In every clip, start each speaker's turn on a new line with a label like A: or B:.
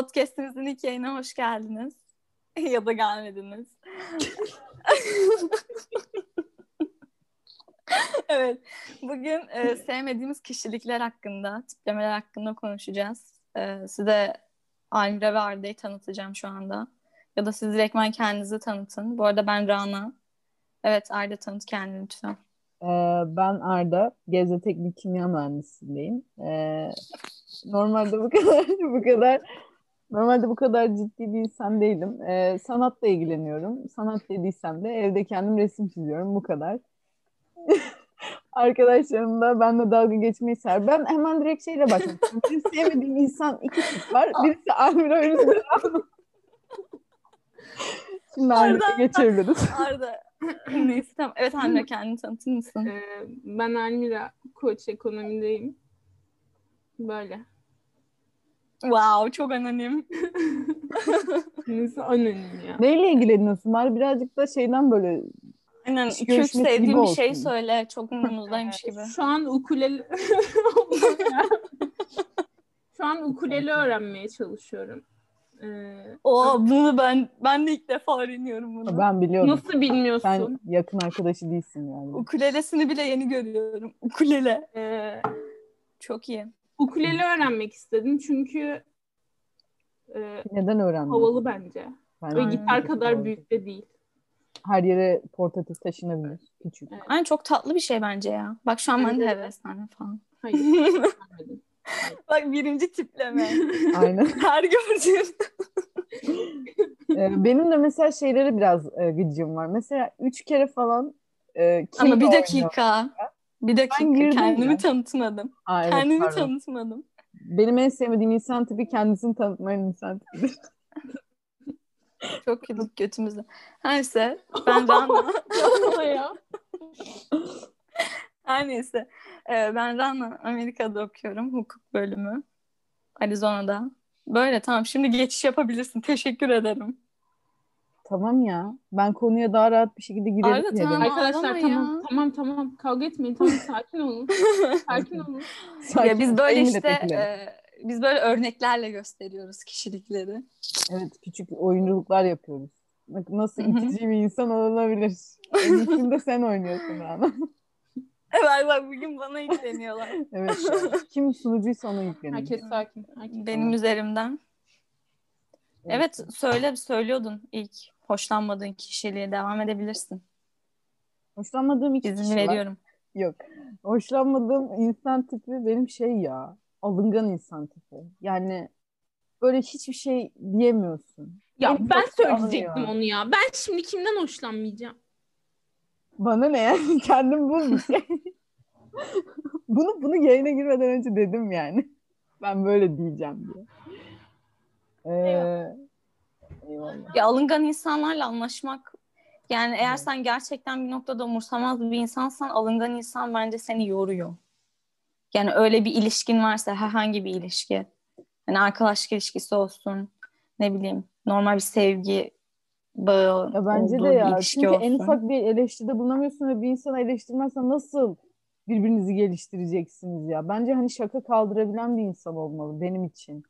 A: Podcast'imizin ilk yayına hoş geldiniz. ya da gelmediniz. evet. Bugün e, sevmediğimiz kişilikler hakkında, tiplemeler hakkında konuşacağız. E, size Almira ve Arda'yı tanıtacağım şu anda. Ya da siz direktmen kendinizi tanıtın. Bu arada ben Rana. Evet Arda tanıt kendini lütfen.
B: Ee, ben Arda, Geoteknik Kimya Mühendisliğindeyim. Ee, normalde bu kadar, bu kadar, normalde bu kadar ciddi bir insan değilim. Ee, sanatla ilgileniyorum. Sanat dediysem de evde kendim resim çiziyorum, bu kadar. Arkadaşlarım da benimle dalga geçmeyi sever. Ben hemen direkt şeyle başladım. Benim sevmediğim insan iki tip var. Birisi Amir Öğretmen. Şimdi Amir'e geçebiliriz.
A: Arda. Neyse tamam. Evet Almira kendini tanıtır mısın?
C: Ee, ben Almira, koç ekonomideyim. Böyle.
A: Wow çok anonim.
C: Neyse anonim ya.
B: Neyle ilgileniyorsun? Bari birazcık da şeyden böyle
A: Aynen
B: İş
A: 2-3
B: görüşmesi gibi
A: sevdiğim bir şey
B: olsun.
A: söyle. Çok şey umurumuzdaymış gibi.
C: Şu an ukulele... Şu an ukulele öğrenmeye çalışıyorum. Ee,
A: Oo bunu ben ben de ilk defa öğreniyorum bunu.
B: ben biliyorum.
C: nasıl bilmiyorsun?
B: Sen yakın arkadaşı değilsin yani.
A: Ukulelesini bile yeni görüyorum. Ukulele.
C: Ee,
A: Çok iyi.
C: ukulele öğrenmek istedim çünkü e,
B: Neden öğrendin?
C: havalı bence.
B: Ben
C: Ve
A: Aynen.
C: gitar kadar büyük de değil.
B: Her yere portatif taşınabilir. Küçük.
C: Evet.
A: Aynen çok tatlı bir şey bence ya. Bak şu an ben de heveslendim falan.
C: Hayır.
A: Bak birinci tipleme.
B: Aynen.
A: Her
B: Şey
A: gördüğüm.
B: Ee, benim de mesela şeylere biraz e, gıcığım var. Mesela üç kere falan e, kim
A: Ama bir
B: oynuyor?
A: dakika. Bir
B: Ben
A: dakika
B: girdim
A: kendimi
B: ya.
A: tanıtmadım.
B: Aa, evet,
A: kendimi
B: pardon.
A: tanıtmadım.
B: Benim en sevmediğim insan tipi kendisini tanıtmayan insan tipidir.
A: Çok kötü götümüzde. Her neyse ben Rana.
C: Yapma ya.
A: Her neyse. Ee, ben Rana Amerika'da okuyorum. Hukuk bölümü. Arizona'da. Böyle tamam şimdi geçiş yapabilirsin. Teşekkür ederim.
B: tamam ya. Ben konuya daha rahat bir şekilde girerim.
A: Arda,
B: diye
A: tamam.
B: dedim.
C: Arkadaşlar
A: ağlama
C: tamam
A: ya.
C: tamam tamam kavga etmeyin tamam sakin olun. sakin olun.
B: Sakin
A: ya biz
B: ol,
A: böyle
B: benim
A: işte
B: milletvekillerim.
A: e, biz böyle örneklerle gösteriyoruz kişilikleri.
B: Evet küçük oyunculuklar yapıyoruz. Bak Nasıl
A: Hı hı.
B: itici bir insan olabilir. En iyisini de sen oynuyorsun Rana.
A: Evet bak bugün bana yükleniyorlar.
B: Evet. Kim sunucuysa ona yüklenir.
C: Herkes sakin. Herkes.
A: Benim üzerimden. Evet söyle söylüyordun ilk hoşlanmadığın kişiliğe devam edebilirsin.
B: Hoşlanmadığım iki
A: İzin
B: kişi var.
A: veriyorum.
B: Yok. Hoşlanmadığım insan tipi benim şey ya. Alıngan insan tipi. Yani böyle hiçbir şey diyemiyorsun.
C: Ya
B: Benim
C: ben
B: çok
C: söyleyecektim
B: ağlıyor.
C: onu ya. Ben şimdi kimden hoşlanmayacağım?
B: Bana ne yani? Kendim bul bir şey. bunu, bunu yayına girmeden önce dedim yani. Ben böyle diyeceğim diye. Ee, eyvallah.
A: Ya alıngan insanlarla anlaşmak yani eğer
B: Evet.
A: sen gerçekten bir noktada umursamaz bir insansan alıngan insan bence seni yoruyor. Yani öyle bir ilişkin varsa herhangi bir ilişki. Hani arkadaşlık ilişkisi olsun ne bileyim normal bir sevgi bağı
B: Ya bence
A: olduğu
B: de
A: bir
B: ya.
A: ilişki
B: Çünkü
A: olsun.
B: en ufak bir eleştiride bulunamıyorsun ve bir insana eleştirmezsen nasıl birbirinizi geliştireceksiniz ya? Bence hani şaka kaldırabilen bir insan olmalı benim için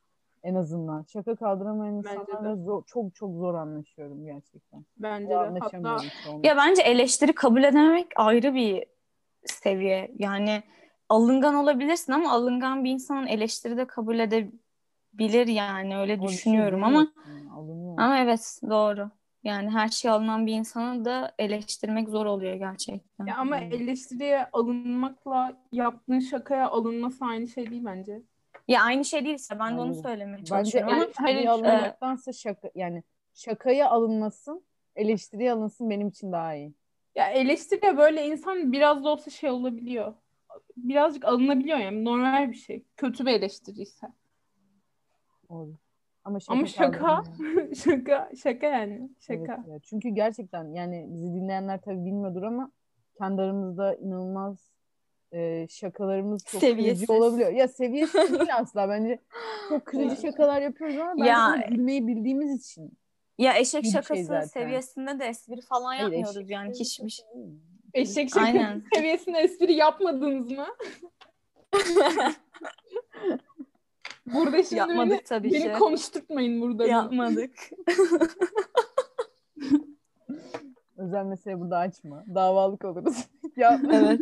B: en azından. Şaka kaldıramayan
C: Bence de.
B: insanlarla zor- çok çok zor anlaşıyorum gerçekten.
C: Bence
B: Zor
C: de. Hatta
B: anlaşamıyorum çoğunlukla.
A: Ya bence eleştiri kabul edememek ayrı bir seviye. Yani alıngan olabilirsin ama alıngan bir insanın eleştiri de kabul edebilir yani öyle
B: Ama bir şey
A: düşünüyorum ama
B: diyemiyorsun, alınıyor.
A: Ama evet doğru. Yani her şey alınan bir insanı da eleştirmek zor oluyor gerçekten.
C: Ya ama eleştiriye alınmakla yaptığın şakaya alınması aynı şey değil bence.
A: Ya aynı şey değilse ben de onu
B: Aynen.
A: söylemeye
B: Bence
A: çalışıyorum ama
B: eleştiriye
C: hani,
A: e,
B: alınmaktansa şaka yani şakaya alınmasın, eleştiriye alınsın benim için daha iyi.
C: Ya eleştiriye böyle insan biraz da olsa şey olabiliyor. Birazcık alınabiliyor yani normal bir şey. Kötü bir eleştiriyse.
B: Doğru. Ama şaka
C: Ama şaka,
B: kaldıramıyorum.
C: şaka, şaka yani. Şaka.
B: Evet ya. Çünkü gerçekten yani bizi dinleyenler tabii bilmiyordur ama kendi aramızda inanılmaz e, şakalarımız çok kırıcı
A: Seviyesiz.
B: olabiliyor. Ya seviyesiz değil asla bence. Çok kırıcı şakalar yapıyoruz ama bence
A: Ya-
B: bunu gülmeyi bildiğimiz için.
A: ya eşek
B: bir şey
A: şakasının
B: zaten.
A: seviyesinde de espri falan
B: Hayır,
A: yapmıyoruz
B: eşek
A: yani
B: şakası
A: hiçbir şey.
B: değil mi?
C: Eşek şakası
A: Aynen.
C: seviyesinde espri yapmadınız mı? Burada şimdi
A: Yapmadık tabii
C: beni, beni
A: ki.
C: konuşturtmayın burada.
A: Yapmadık.
B: Özel mesele burada açma. Davalık oluruz. ya
A: evet.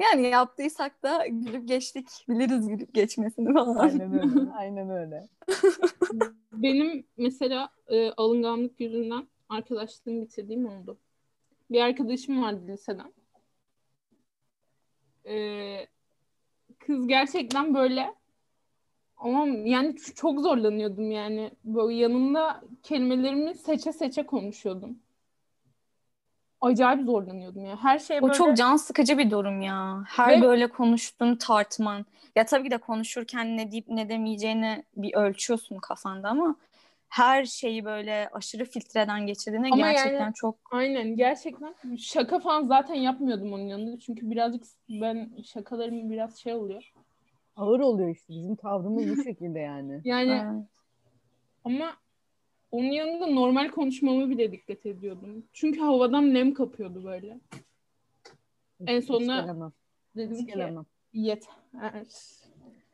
A: Yani yaptıysak da gülüp geçtik. Biliriz gülüp geçmesini falan.
B: aynen öyle. Aynen öyle.
C: Benim mesela e, alınganlık yüzünden arkadaşlığımı bitirdiğim oldu. Bir arkadaşım vardı liseden. E, kız gerçekten böyle ama yani ç- çok zorlanıyordum yani. Böyle yanımda kelimelerimi seçe seçe konuşuyordum. Acayip zorlanıyordum ya. Her şey
A: O
C: böyle
A: çok can sıkıcı bir durum ya. Her
C: Ve-
A: böyle konuştuğun tartman. Ya tabii ki de konuşurken ne deyip ne demeyeceğini bir ölçüyorsun kafanda ama her şeyi böyle aşırı filtreden geçirdiğine
C: Ama
A: gerçekten
C: yani-
A: çok
C: Aynen gerçekten şaka falan zaten yapmıyordum onun yanında. Çünkü birazcık ben şakalarım biraz şey oluyor.
B: Ağır oluyor işte. Bizim tavrımız bu şekilde yani.
C: Yani
A: Ee,
C: ama onun yanında normal konuşmamı bile dikkat ediyordum. Çünkü havadan nem kapıyordu böyle. En
B: Hiç-
C: sonunda
B: Hiç gelemem.
C: Dedim
B: Hiç
C: ki
B: gelemem.
C: yeter.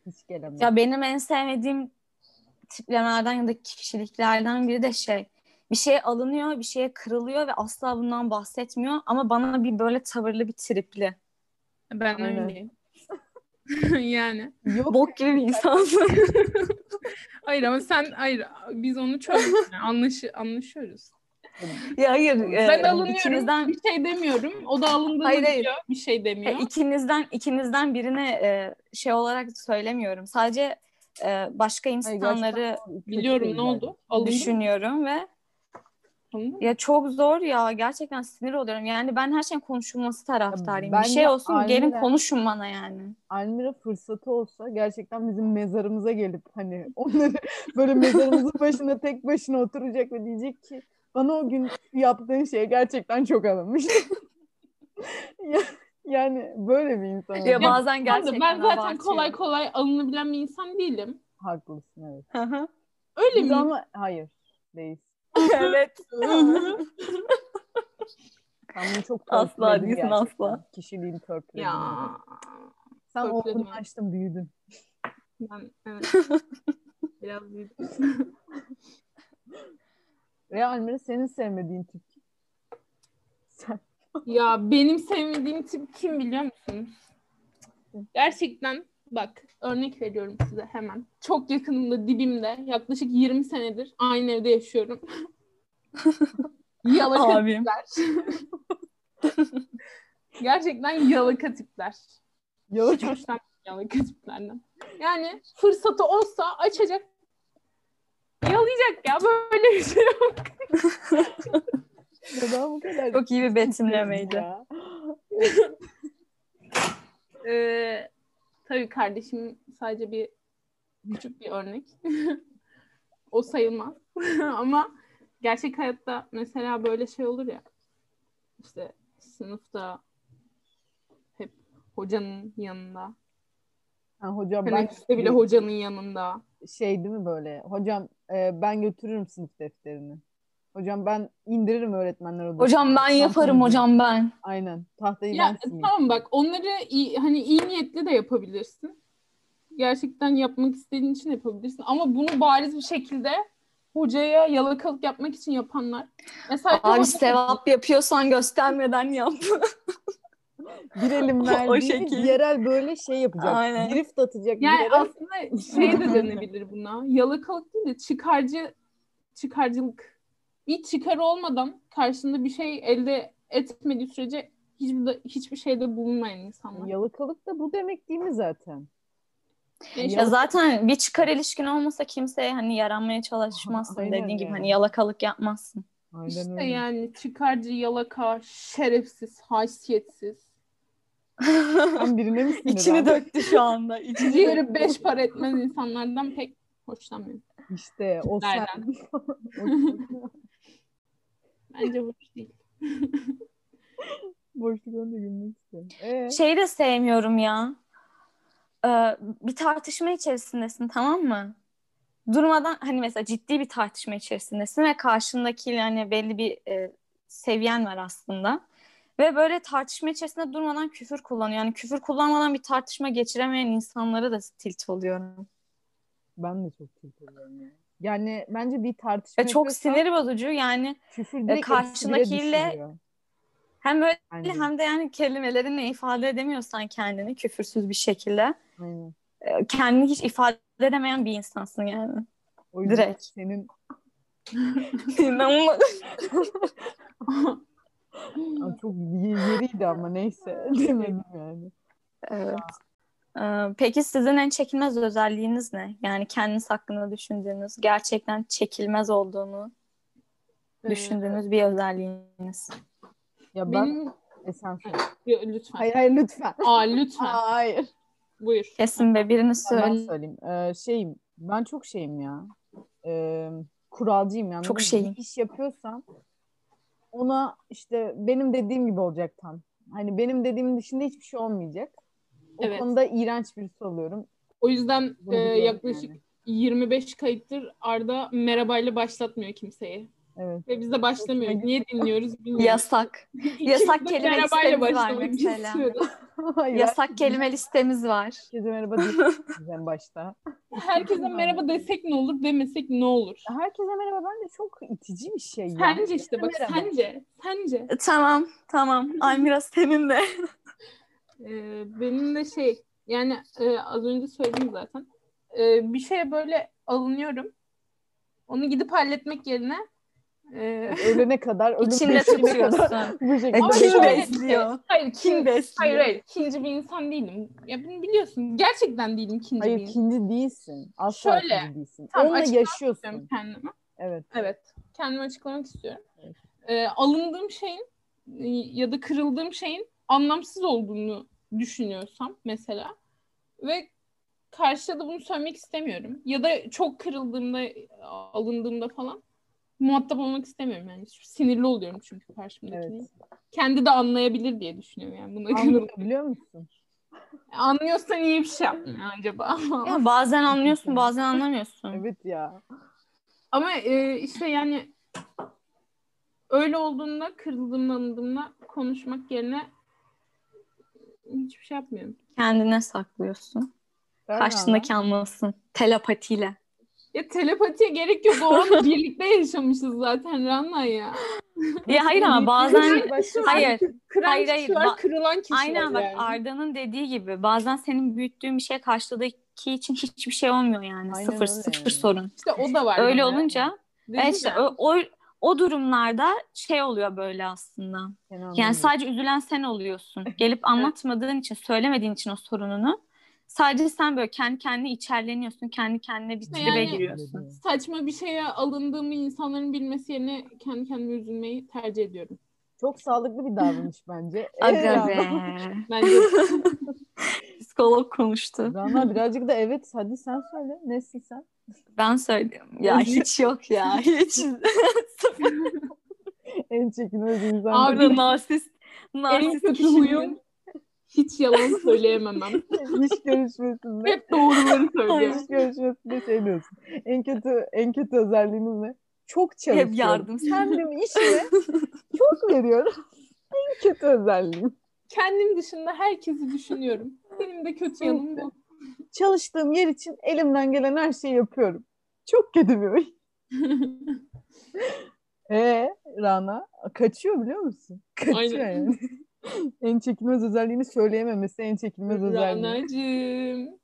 B: Hiç gelemem.
A: Ya benim en sevmediğim tiplemelerden ya da kişiliklerden biri de şey. Bir şeye alınıyor, bir şeye kırılıyor ve asla bundan bahsetmiyor ama bana bir böyle tavırlı bir tripli.
C: Ben
B: Aynen.
C: öyleyim. yani.
B: Yok
A: Bok gibi bir insansın.
C: Hayır ama sen hayır biz onu çözdük. Yani anlaşı, anlaşıyoruz.
A: ya hayır. e,
C: ben alınıyorum
A: ikinizden-
C: bir şey demiyorum. O da alındığını
A: Hayır, hayır.
C: biliyor bir şey
A: Ya
C: demiyor.
A: ikinizden ikinizden birine e, şey olarak söylemiyorum. Sadece e, başka insanları
C: Biliyorum ne oldu? Alındı mı?
A: düşünüyorum ve
C: Alındı mı?
A: ya çok zor ya gerçekten sinir oluyorum. Yani ben her şeyin konuşulması taraftarıyım.
B: ben
A: bir
B: de
A: şey olsun gelin
B: aynen.
A: konuşun bana yani.
B: Almira fırsatı olsa gerçekten bizim mezarımıza gelip hani onları böyle mezarımızın başında tek başına oturacak ve diyecek ki bana o gün yaptığın şey gerçekten çok alınmış. Ya- yani böyle bir insan.
A: Ya bazen
C: Ben de-
A: gerçekten
C: ben zaten
A: abartıyor.
C: kolay kolay alınabilen bir insan değilim.
B: Haklısın evet.
A: Hı hı.
C: Öyle
B: Biz
C: mi?
B: ama hayır değil.
A: evet.
B: Sen bunu çok
A: Asla
B: törpüledin
A: değilsin,
B: gerçekten.
A: asla.
B: Kişiliğini törpüledin.
C: ya.
B: evet. Sen
C: törpüledim,
B: oğlunu
C: evet.
B: açtın büyüdün.
C: Ben evet. Biraz büyüdüm.
B: Ve Almira senin sevmediğin tip. Sen
C: Ya benim sevmediğim tip kim biliyor musunuz? Gerçekten bak örnek veriyorum size hemen. Çok yakınımda dibimde yaklaşık 20 senedir aynı evde yaşıyorum. yalaka
A: Abim.
C: tipler. Gerçekten yalaka tipler.
B: yavaş
C: Hiç hoşlanmıyorum yalaka tiplerden. Yani fırsatı olsa açacak yalayacak ya böyle bir şey yok.
B: neden bu kadar?
A: Çok iyi bir betimlemeydi.
B: Ya.
C: Ee, tabii kardeşim sadece bir küçük bir örnek. o sayılmaz. Ama gerçek hayatta mesela böyle şey olur ya. İşte sınıfta hep hocanın yanında.
B: Ha, hocam ben
C: Teneffüste Hani bile hocanın yanında.
B: şey değil mi böyle? Hocam e, ben götürürüm sınıf defterini. Hocam ben indiririm öğretmenler odasına.
A: Hocam ben
B: Tahtayı
A: yaparım
B: ben-
A: hocam ben.
B: Aynen. Tahtayı
C: Ya
B: ben sileyim.
C: tamam bak onları iyi, hani iyi niyetli de yapabilirsin. Gerçekten yapmak istediğin için yapabilirsin. Ama bunu bariz bir şekilde hocaya yalakalık yapmak için yapanlar. Mesela
A: Abi sevap yapıyorsan göstermeden yap.
B: Bir elin
A: O
B: verdiği
A: şekil.
B: diğer el böyle şey yapacak.
A: Aynen.
B: Drift atacak.
C: Yani
B: diğer el-
C: aslında şey de denebilir buna. Yalakalık değil de çıkarcı çıkarcılık. Bir çıkar olmadan karşında bir şey elde etmediği sürece hiçbir hiçbir şeyde bulunmayan insanlar.
B: Yalakalık da bu demek değil mi zaten?
C: Yani işte
A: Ya zaten bir çıkar ilişkin olmazsa kimseye hani yaranmaya çalışmazsın
B: Aynen
A: dediğin gibi
B: yani.
A: hani yalakalık yapmazsın.
B: Aynen
C: İşte
B: öyle.
C: yani çıkarcı, yalaka, şerefsiz, haysiyetsiz.
B: Sen birine mi sinirlendin?
A: İçini döktü şu anda. İçini
C: Diğeri beş para etmez insanlardan pek hoşlanmıyorum.
B: İşte o sen.
C: Nereden? Bence hoş değil.
B: Boşluklarını da gülmek isterim. Ee,
A: Şeyi Şey de sevmiyorum ya. Ee, bir tartışma içerisindesin tamam mı? Durmadan hani mesela ciddi bir tartışma içerisindesin ve karşındakiyle hani belli bir e, seviyen var aslında. Ve böyle tartışma içerisinde durmadan küfür kullanıyor. Yani küfür kullanmadan bir tartışma geçiremeyen insanlara da tilt oluyorum.
B: Ben de çok tilt oluyorum ya. Yani bence bir tartışma
A: Ve E, çok
B: yapıyorsan
A: sinir E, bozucu yani
B: küfür direkt eksi bire
A: karşındakiyle-
B: düşürüyor.
A: hem böyle
B: Aynen,
A: hem de yani kelimelerinle ifade edemiyorsan kendini küfürsüz bir şekilde
B: aynen.
A: e, kendini hiç ifade edemeyen bir insansın yani.
B: O yüzden
A: Direkt.
B: senin
A: İnanılmaz.
B: Aa, çok ye- yeriydi ama neyse demedim yani.
A: Evet. Ee, Peki sizin en çekilmez özelliğiniz ne? Yani kendiniz hakkında düşündüğünüz, gerçekten çekilmez olduğunu düşündüğünüz bir özelliğiniz.
B: Ya ben
C: Benim
B: E, sen söyle.
C: Yo, lütfen.
B: Hayır hayır lütfen.
C: Aa lütfen.
B: Aa, hayır.
C: Buyur.
A: Kesin be birini
B: Ben
A: söyle.
B: söyleyeyim. Ee, şeyim ben çok şeyim ya. Ee, kuralcıyım yani.
A: Çok
B: Bir
A: şeyim.
B: iş yapıyorsam ona işte benim dediğim gibi olacak tam. Hani benim dediğimin dışında hiçbir şey olmayacak. O
C: Evet.
B: konuda iğrenç birisi oluyorum.
C: O yüzden
B: Bunu
C: e,
B: biliyorum
C: yaklaşık
B: yani.
C: 25 kayıttır Arda merhabayla başlatmıyor kimseyi.
B: Evet.
C: Ve biz de başlamıyoruz.
B: Hoşuma
C: Niye dinliyoruz bilmiyorum.
A: Yasak.
C: İkimiz de
A: kelime
C: merhabayla
A: listemiz var
C: başlamak
A: mesela.
C: istiyoruz.
B: Hayır.
A: Yasak kelime listemiz var.
B: Herkese merhaba diyeceğiz en başta.
C: Herkese merhaba desek ne olur demesek ne olur?
B: Herkese merhaba bence çok itici bir şey ya.
C: Sence işte bak
B: Merhaba.
C: sence. Sence.
A: Tamam, tamam. Almira senin de.
C: Ee, benim de şey yani e, az önce söyledim zaten. Ee, bir şeye böyle alınıyorum. Onu gidip halletmek yerine e,
B: Ölene kadar, ölüm
A: İçinde
B: peşine kadar
A: tutuyorsun.
B: bu şekilde.
A: Ama
C: Kim
A: kim
C: şöyle-
A: besliyor?
C: hayır
A: Kim
C: kin, hayır
A: besliyor?
C: hayır kinci bir insan değilim. Ya bunu biliyorsun. Gerçekten değilim kinci bir
B: Hayır
C: insan
B: kinci değilsin. Asla
C: Şöyle,
B: kinci değilsin.
C: tamam,
B: Onunla
C: açıklar
B: yaşıyorsun.
C: istiyorum kendime.
B: Evet.
C: Evet. Kendimi açıklamak istiyorum. Ee, alındığım şeyin e, ya da kırıldığım şeyin anlamsız olduğunu düşünüyorsam mesela ve karşıya da bunu söylemek istemiyorum. Ya da çok kırıldığımda, alındığımda falan muhatap olmak istemiyorum yani. Sinirli oluyorum çünkü karşımdakine.
B: Evet.
C: Kendi de anlayabilir diye düşünüyorum yani. Buna kırıl-
B: Anlayabiliyor musun?
C: Anlıyorsan iyi bir şey yaptın acaba.
A: Ya bazen anlıyorsun, bazen anlamıyorsun.
B: Evet ya.
C: Ama e, işte yani öyle olduğunda kırıldığımda anladığımda konuşmak yerine hiçbir şey yapmıyorum.
A: Kendine saklıyorsun.
B: Ben
A: Karşındaki anlasın. Telepatiyle.
C: Ya telepatiye gerek yok. O an birlikte yaşamışız zaten Rana ya.
A: Ya hayır ama
B: Bazen
A: bazen hayır.
C: Kıran
A: Hayır,
C: kişi
A: hayır.
C: var,
A: Ba-
C: kırılan kişi
A: Aynen
C: var
A: bak
C: yani.
A: Arda'nın dediği gibi bazen senin büyüttüğün bir şey karşıdaki için hiçbir şey olmuyor yani.
B: Aynen
A: sıfır
B: öyle
A: sıfır
B: yani.
A: sorun.
C: İşte o da var.
A: Öyle
C: yani.
A: olunca
C: Dedim
A: evet işte
C: ya.
A: o, o o durumlarda şey oluyor böyle aslında. Yani sadece üzülen sen oluyorsun. Gelip anlatmadığın için, söylemediğin için o sorununu sadece sen böyle kendi kendine içerleniyorsun. Kendi kendine bir tribe
C: Yani-
A: giriyorsun.
C: saçma bir şeye alındığımı insanların bilmesi yerine kendi kendime üzülmeyi tercih ediyorum.
B: Çok sağlıklı bir davranış bence.
A: Aga
B: Ee,
A: be.
C: Bence de.
A: Psikolog konuştu.
B: Rana birazcık da evet hadi sen söyle. Nesin sen?
A: Ben söylüyorum. Ya
C: Özür-
A: hiç yok ya. Hiç.
B: En çekilmez insan.
C: Abi,
A: Burada narsist,
C: en
A: narsist
C: kötü
A: kişinin-
C: huyum hiç yalan söyleyememem.
B: İş görüşmesinde.
C: Hep doğruları söylüyorum.
B: iş görüşmesinde şey diyorsun. En kötü en kötü özelliğimiz ne? Çok çalışıyorum.
A: Hep yardım.
B: Kendim işime çok veriyorum. En kötü özelliğim.
C: Kendim dışında herkesi düşünüyorum. Benim de kötü yanım bu.
B: Çalıştığım yer için elimden gelen her şeyi yapıyorum. Çok kötü bir huy. Ee, Rana kaçıyor biliyor musun? Kaçıyor
C: Aynen.
B: yani. en çekilmez özelliğini söyleyememesi en çekilmez özelliği.
C: Rana'cığım.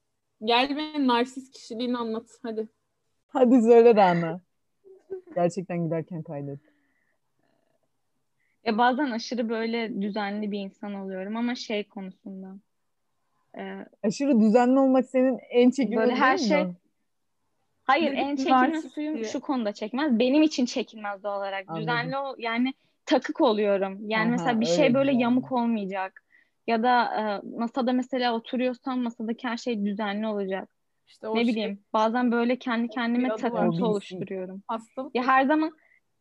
C: Gel ve narsist kişiliğini anlat. Hadi.
B: Hadi söyle Rana. Gerçekten giderken kaydet.
A: Ya bazen aşırı böyle düzenli bir insan oluyorum ama şey konusunda. Ee,
B: Aşırı düzenli olmak senin en çekilmez
A: Böyle her
B: özelliğin
A: şey-
B: mi?
A: hayır
C: Dedik
A: en
C: ki
A: çekilmez
C: narsist
A: suyum
C: diye.
A: şu konuda çekmez. Benim için çekilmez doğal olarak.
B: Anladım.
A: Düzenli ol yani takık oluyorum. Yani
B: Aha,
A: mesela bir
B: öyle
A: şey böyle
B: güzel.
A: yamuk olmayacak. Ya da e, masada mesela oturuyorsam masadaki her şey düzenli olacak.
C: İşte o
A: ne
C: şey,
A: bileyim bazen böyle kendi kendime
C: adı var.
A: takıntı
B: Obsesif.
A: oluşturuyorum.
C: Hastalık.
A: Ya her zaman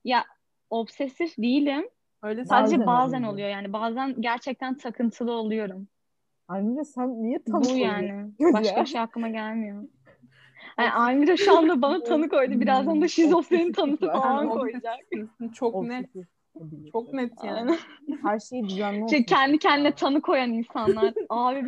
A: ya obsesif değilim.
C: Öyle
A: Sadece
B: Bazen
A: bazen,
B: oluyor.
A: oluyor yani. Bazen gerçekten takıntılı oluyorum.
B: Amira sen niye tam
A: Bu yani.
B: Yok
A: Başka
B: ya.
A: bir şey aklıma gelmiyor. Yani Amira
B: Hmm.
A: şu anda bana tanı koydu. Birazdan da şizofreni tanısı
B: Obsesif var.
A: falan
C: Obsesif.
A: koyacak.
C: sanıyorsun. Çok net.
B: Obsesif.
C: Çok net yani.
B: Her şeyi düzenli.
D: Şey, kendi kendine tanı koyan insanlar. Abi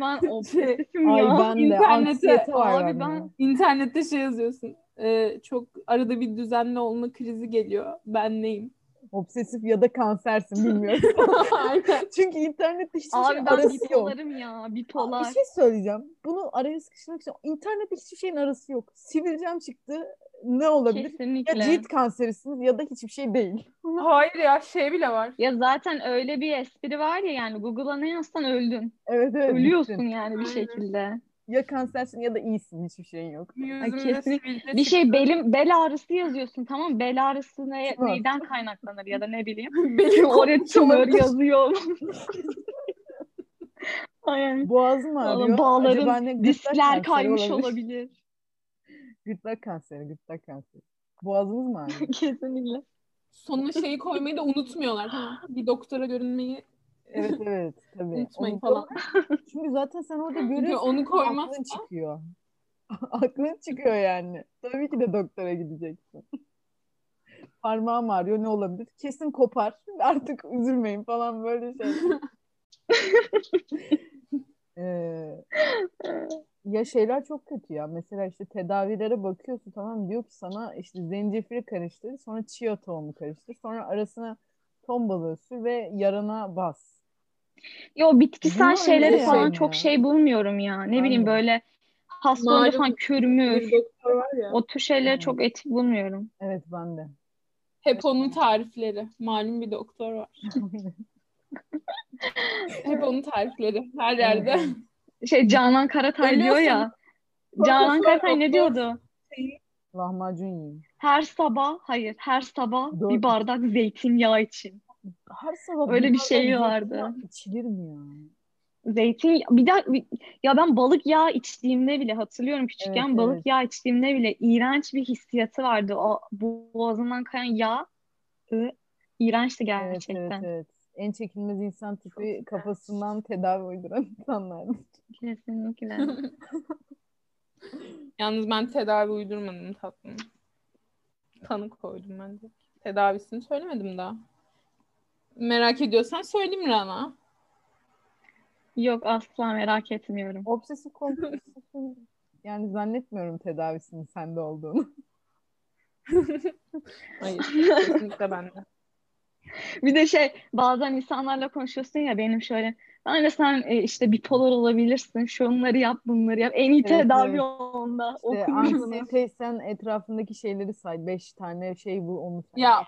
D: ben obsesifim
B: Şey, Ay
D: ya.
B: ben de.
C: internette-
B: Anksiyete var bende.
D: Abi ben-
C: İnternette şey yazıyorsun. e, çok arada bir düzenli olma krizi geliyor. Ben neyim?
B: Obsesif ya da kansersin bilmiyorum.
C: Aynen.
B: Çünkü internette hiçbir
D: Abi
B: şey
D: ben
B: arası yok.
D: bipolarım ya.
B: Bir
D: Bipolar.
B: şey söyleyeceğim. Bunu araya sıkıştırmak için internette hiçbir şeyin arası yok. Sivilcem çıktı. Ne olabilir? Ya
D: Kesinlikle.
B: cilt kanserisiniz ya da hiçbir şey değil.
C: Hayır ya şey bile var.
D: Ya zaten öyle bir espri var ya yani Google'a ne yazsan öldün.
B: Evet evet.
D: Ölüyorsun
B: bittin.
D: yani bir
C: Aynen.
D: şekilde.
B: Ya kansersin ya da iyisin hiçbir şeyin yok.
C: Yüzümde
D: kesinlikle.
C: sivilce
D: Bir şey
C: çıktı.
D: belim bel ağrısı yazıyorsun tamam mı? bel ağrısı ne,
B: Var.
D: neyden kaynaklanır ya da ne bileyim.
C: belim
D: şey Oraya
C: kopmuş
D: tümör
C: olabilir.
D: yazıyor. Aynen.
B: Boğazım ağrıyor.
D: Oğlum,
B: Acaba
D: Bağların
B: ne gırtlak
D: diskler
B: kanseri
D: kaymış olabilir.
B: Gırtlak kanseri, gırtlak kanseri. Boğazınız mı ağrıyor?
D: Kesinlikle.
C: Sonuna şeyi koymayı da unutmuyorlar. Ha, bir doktora görünmeyi
B: evet evet tabii.
C: unutmayın
B: Onu-
C: falan.
B: Çünkü zaten sen orada
C: Çünkü
B: görüyorsun.
C: onu koymaz.
B: Aklın çıkıyor. aklın çıkıyor yani. Tabii ki de doktora gideceksin. Parmağım ağrıyor ne olabilir? Kesin kopar. Artık üzülmeyin falan böyle şey. Ee, ya şeyler çok kötü ya. Mesela işte tedavilere bakıyorsun tamam diyor ki sana işte zencefili karıştır. Sonra chia tohumu karıştır. Sonra arasına ton balığı sür ve yarana bas.
D: Yo bitkisel
B: Bunlar
D: şeyleri
B: ne
D: falan
B: şey
D: çok
B: ya?
D: şey bulmuyorum ya. Ne
B: Aynen.
D: bileyim böyle hasta olunca
C: Malum
D: falan kürmür.
C: Bir doktor var ya.
D: O tür şeyleri
B: Aynen.
D: çok etik bulmuyorum.
B: Evet ben de.
C: Hep onun tarifleri. Malum bir doktor var. Hep onun tarifleri. Her yerde.
D: Şey Canan Karatay diyor ya. Canan Karatay ne diyordu?
B: Lahmacun yiyin.
D: Her sabah, hayır, her sabah
B: Dört.
D: bir bardak zeytinyağı için.
B: Her sabah
D: Öyle bir
B: bardak
D: şey
B: zeytinyağı
D: vardı.
B: İçilir mi ya?
D: Zeytin bir daha ya ben balık yağı içtiğimde bile hatırlıyorum küçükken
B: Evet,
D: balık
B: evet.
D: yağı içtiğimde bile iğrenç bir hissiyatı vardı. O boğazından kayan yağ ı, iğrençti
B: Evet,
D: gerçekten.
B: evet, evet. En çekilmez insan tipi kafasından tedavi uyduran insanlar.
D: Kesinlikle.
C: Yalnız ben tedavi uydurmadım tatlım. Tanı koydum ben de. Tedavisini söylemedim daha. Merak ediyorsan söyleyeyim Rana.
D: Yok asla merak etmiyorum.
B: Obsesif kompulsifin yani zannetmiyorum tedavisinin sende olduğunu.
C: Hayır. kesinlikle bende.
D: Bir de şey bazen insanlarla konuşuyorsun ya benim şöyle ben de sen e, işte bipolar olabilirsin şunları yap bunları yap en iyi
B: Evet,
D: tedavi
B: evet.
D: onda
B: İşte şey.
D: okuyun bunu.
B: anksiyeteysen etrafındaki şeyleri say. Beş tane şey bu onu say.
C: Ya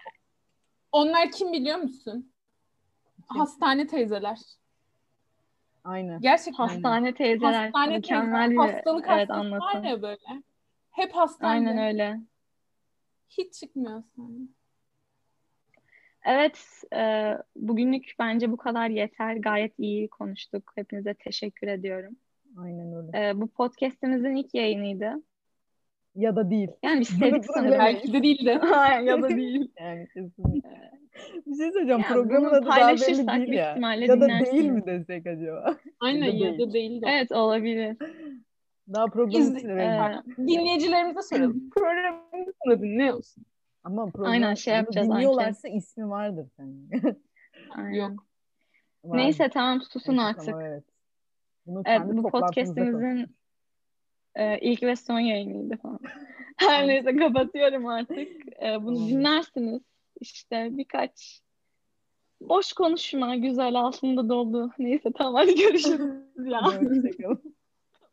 C: onlar kim biliyor musun? Hastane teyzeler.
B: Aynen.
C: Gerçekten.
D: Hastane teyzeler
C: Hastane
D: mükemmel
C: teyzeler.
D: bir
C: Hastalık
D: evet
C: hastası
D: anlatım.
C: var ya böyle. Hep hastane.
D: Aynen öyle.
C: Hiç çıkmıyor hastane.
D: Evet, e, bugünlük bence bu kadar yeter. Gayet iyi konuştuk. Hepinize teşekkür ediyorum.
B: Aynen öyle.
D: E, bu podcast'imizin ilk yayınıydı.
B: Ya da değil.
D: Yani biz
B: Bunu-
D: sevdik
B: bunu
D: sanırım.
B: bilemeyiz.
C: Hani Belki de değil de.
D: Aynen, ya da değil.
B: Yani kesinlikle. bir şey söyleyeceğim.
D: Yani
B: Programın
D: bunu
B: adı daha belli
D: paylaşırsak
B: değil
D: büyük
B: ya.
D: ihtimalle
B: Ya da değil
D: dinlersiniz.
B: mi desek acaba?
C: Aynen
B: Ya da
C: ya da değil de.
D: Evet olabilir.
B: Daha programın
C: Biz-
B: içine
D: E,
B: verelim.
C: Dinleyicilerimize soralım. Programın adı ne olsun?
B: Ama program,
D: Aynen, şey
B: bunu
D: yapacağız,
B: Dinliyorlarsa ismi vardır senin.
D: aynen.
C: Yok.
B: Vardır.
D: Neyse tamam susun
B: Neyse,
D: artık.
B: tamam, evet. Bunu
D: Evet
B: kendi
D: bu
B: toplantımızda konuşuruz.
D: podcast'imizin e, ilk ve son yayınıydı falan. Her neyse kapatıyorum artık. E, bunu
B: Tamam.
D: dinlersiniz. İşte birkaç boş konuşma güzel altında dolu. Neyse tamam hadi görüşürüz ya.
B: Hoşçakalın.